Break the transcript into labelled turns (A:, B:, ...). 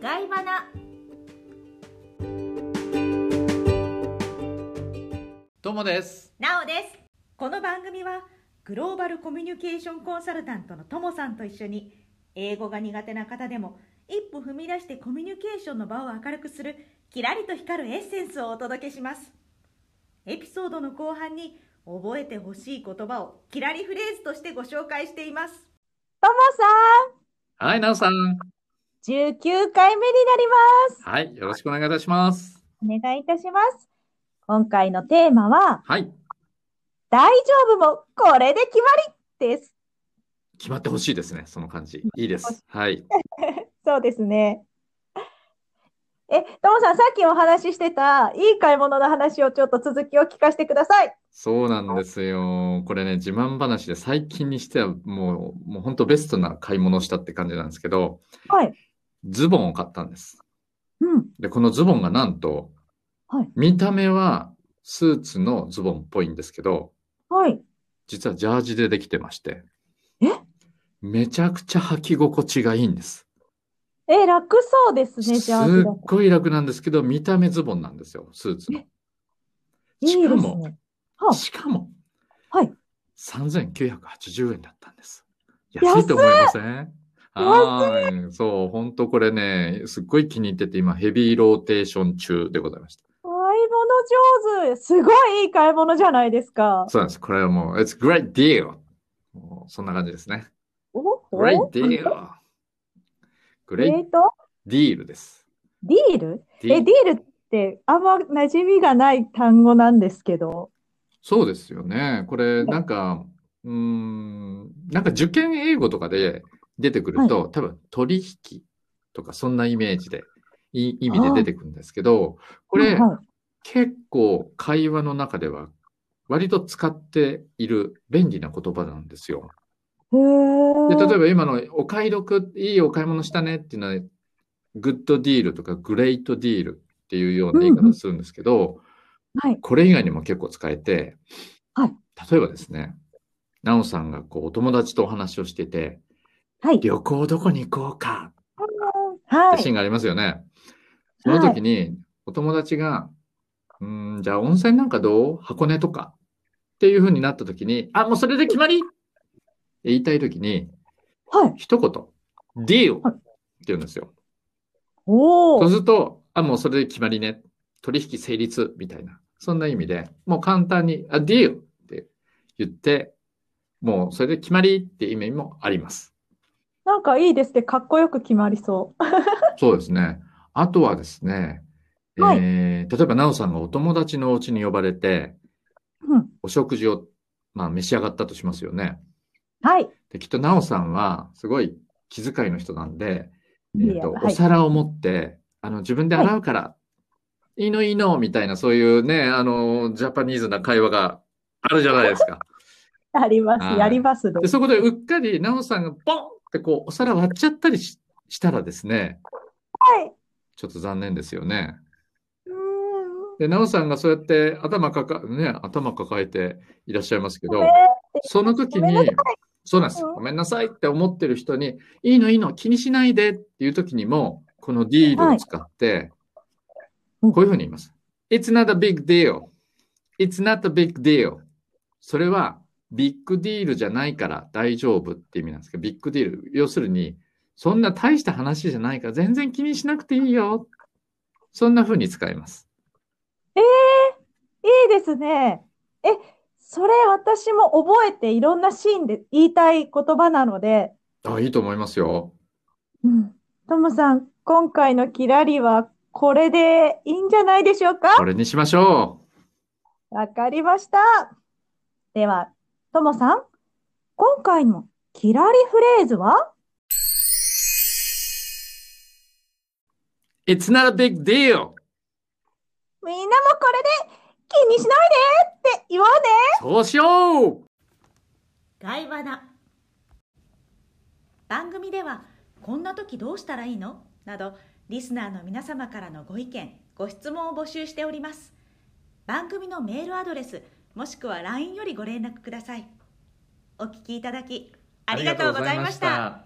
A: ガイバナ
B: どうもです。
A: なおですこの番組はグローバルコミュニケーションコンサルタントのともさんと一緒に英語が苦手な方でも一歩踏み出してコミュニケーションの場を明るくするキラリと光るエッセンスをお届けしますエピソードの後半に覚えてほしい言葉をキラリフレーズとしてご紹介しています
C: とも
B: はい、なおさん。
C: さん、19回目になりま
B: はい、よろしくお願いいたします。
C: す。お願いいたします。今回のテーマは、
B: はい、
C: 大丈夫もこれで決まりです。
B: 決まってほしいですね、その感じ。いいです。はい。
C: そうですね。え、ともさん、さっきお話ししてた、いい買い物の話をちょっと続きを聞かせてください。
B: そうなんですよ。これね、自慢話で最近にしてはもう、もう本当ベストな買い物をしたって感じなんですけど、
C: はい。
B: ズボンを買ったんです。
C: うん。
B: で、このズボンがなんと、
C: はい
B: 見た目はスーツのズボンっぽいんですけど、
C: はい。
B: 実はジャージでできてまして、
C: え
B: めちゃくちゃ履き心地がいいんです。
C: え、楽そうですね、ジャージ
B: す
C: だ
B: っ。ごい楽なんですけど、見た目ズボンなんですよ、スーツの。
C: いい
B: し
C: で
B: か
C: す
B: も、
C: ね。はあ
B: しかも、
C: はい。
B: 3980円だったんです。
C: 安い
B: 安いと思いませんはい。そう、本当これね、すっごい気に入ってて、今ヘビーローテーション中でございました。
C: 買い物上手。すごいいい買い物じゃないですか。
B: そうなんです。これはもう、It's great deal! もうそんな感じですね。
C: おお
B: Great deal!
C: え
B: Great
C: ーと、
B: deal です。
C: ディール
B: ディ
C: え、ディールってあんま馴染みがない単語なんですけど。
B: そうですよね。これ、なんか、うーん、なんか受験英語とかで出てくると、多分取引とかそんなイメージで、い意味で出てくるんですけど、これ、
C: は
B: 結構会話の中では割と使っている便利な言葉なんですよ。
C: い、へー
B: で、例えば今のお買い得、いいお買い物したねっていうのは、グッドディールとかグレートディールっていうような言い方をするんですけど、
C: はい
B: これ以外にも結構使えて、
C: はい
B: 例えばですね、なおさんがこうお友達とお話をしてて、
C: はい。
B: 旅行どこに行こうかっ
C: は
B: てシー
C: い。
B: ンがありますよね。その時に、お友達が、うーん、じゃあ温泉なんかどう箱根とかっていう風になった時に、あ、もうそれで決まりって言いたい時に、
C: はい。
B: 一言、ディールっ
C: はい
B: て言うんですよ。
C: お
B: そう
C: ー。
B: すると、あ、もうそれで決まりね。取引成立みたいな。そんな意味で、もう簡単に、あ、ディールって言って、もうそれで決まりって意味もあります。
C: なんかいいですね。かっこよく決まりそう。
B: そうですね。あとはですね、
C: はい
B: えー例えば、なおさんがお友達のお家に呼ばれて、
C: うん。
B: お食事を、まあ、召し上がったとしますよね。
C: はい。
B: で、きっと、なおさんは、すごい気遣いの人なんで、え
C: い
B: ー
C: や
B: と、
C: は
B: お
C: い。
B: 皿を持って、あの、自分で洗うから、い、いのいいの、みたいな、そういうね、あの、ジャパニーズな会話があるじゃないですか。
C: あります。
B: はい
C: やりますね
B: で、そこでうっかり、なおさんがポンってこう、お皿割っちゃったりししたらですね、
C: はい。
B: ちょっと残念ですよね。
C: うー
B: で、なおさんがそうやって頭かか、ね、頭抱えていらっしゃいますけ
C: ん。
B: ど
C: えー、
B: その時
C: ごめんな
B: に、そうなんです
C: う
B: よ。
C: ん
B: ごめんなさいって思ってる人に、いいのいいの、気にしないでっていう時にも、このディールを使って、
C: うん
B: こういうふうに言います。It's not a big deal.It's not a big deal. それは、ビッグディールじゃないから大丈夫って意味なんですけど、ビッグディール。要するに、そんな大した話じゃないから全然気にしなくていいよ。そんな風に使います。
C: えー、いいですね。え、それ私も覚えていろんなシーンで言いたい言葉なので、
B: あ、いいと思いますよ。
C: うん。ともさん、今回のキラリはこれでいいんじゃないでしょうか
B: これにしましょ
C: わかりました。では、ともさん、今回のキラリフレーズは
B: う !It's not a big deal!
C: みんなもこれで気にしないでって言おうね
B: そうしよう
A: ガイバナ番組ではこんな時どうしたらいいのなどリスナーの皆様からのご意見ご質問を募集しております番組のメールアドレスもしくは LINE よりご連絡くださいお聞きいただきありがとうございました
B: た。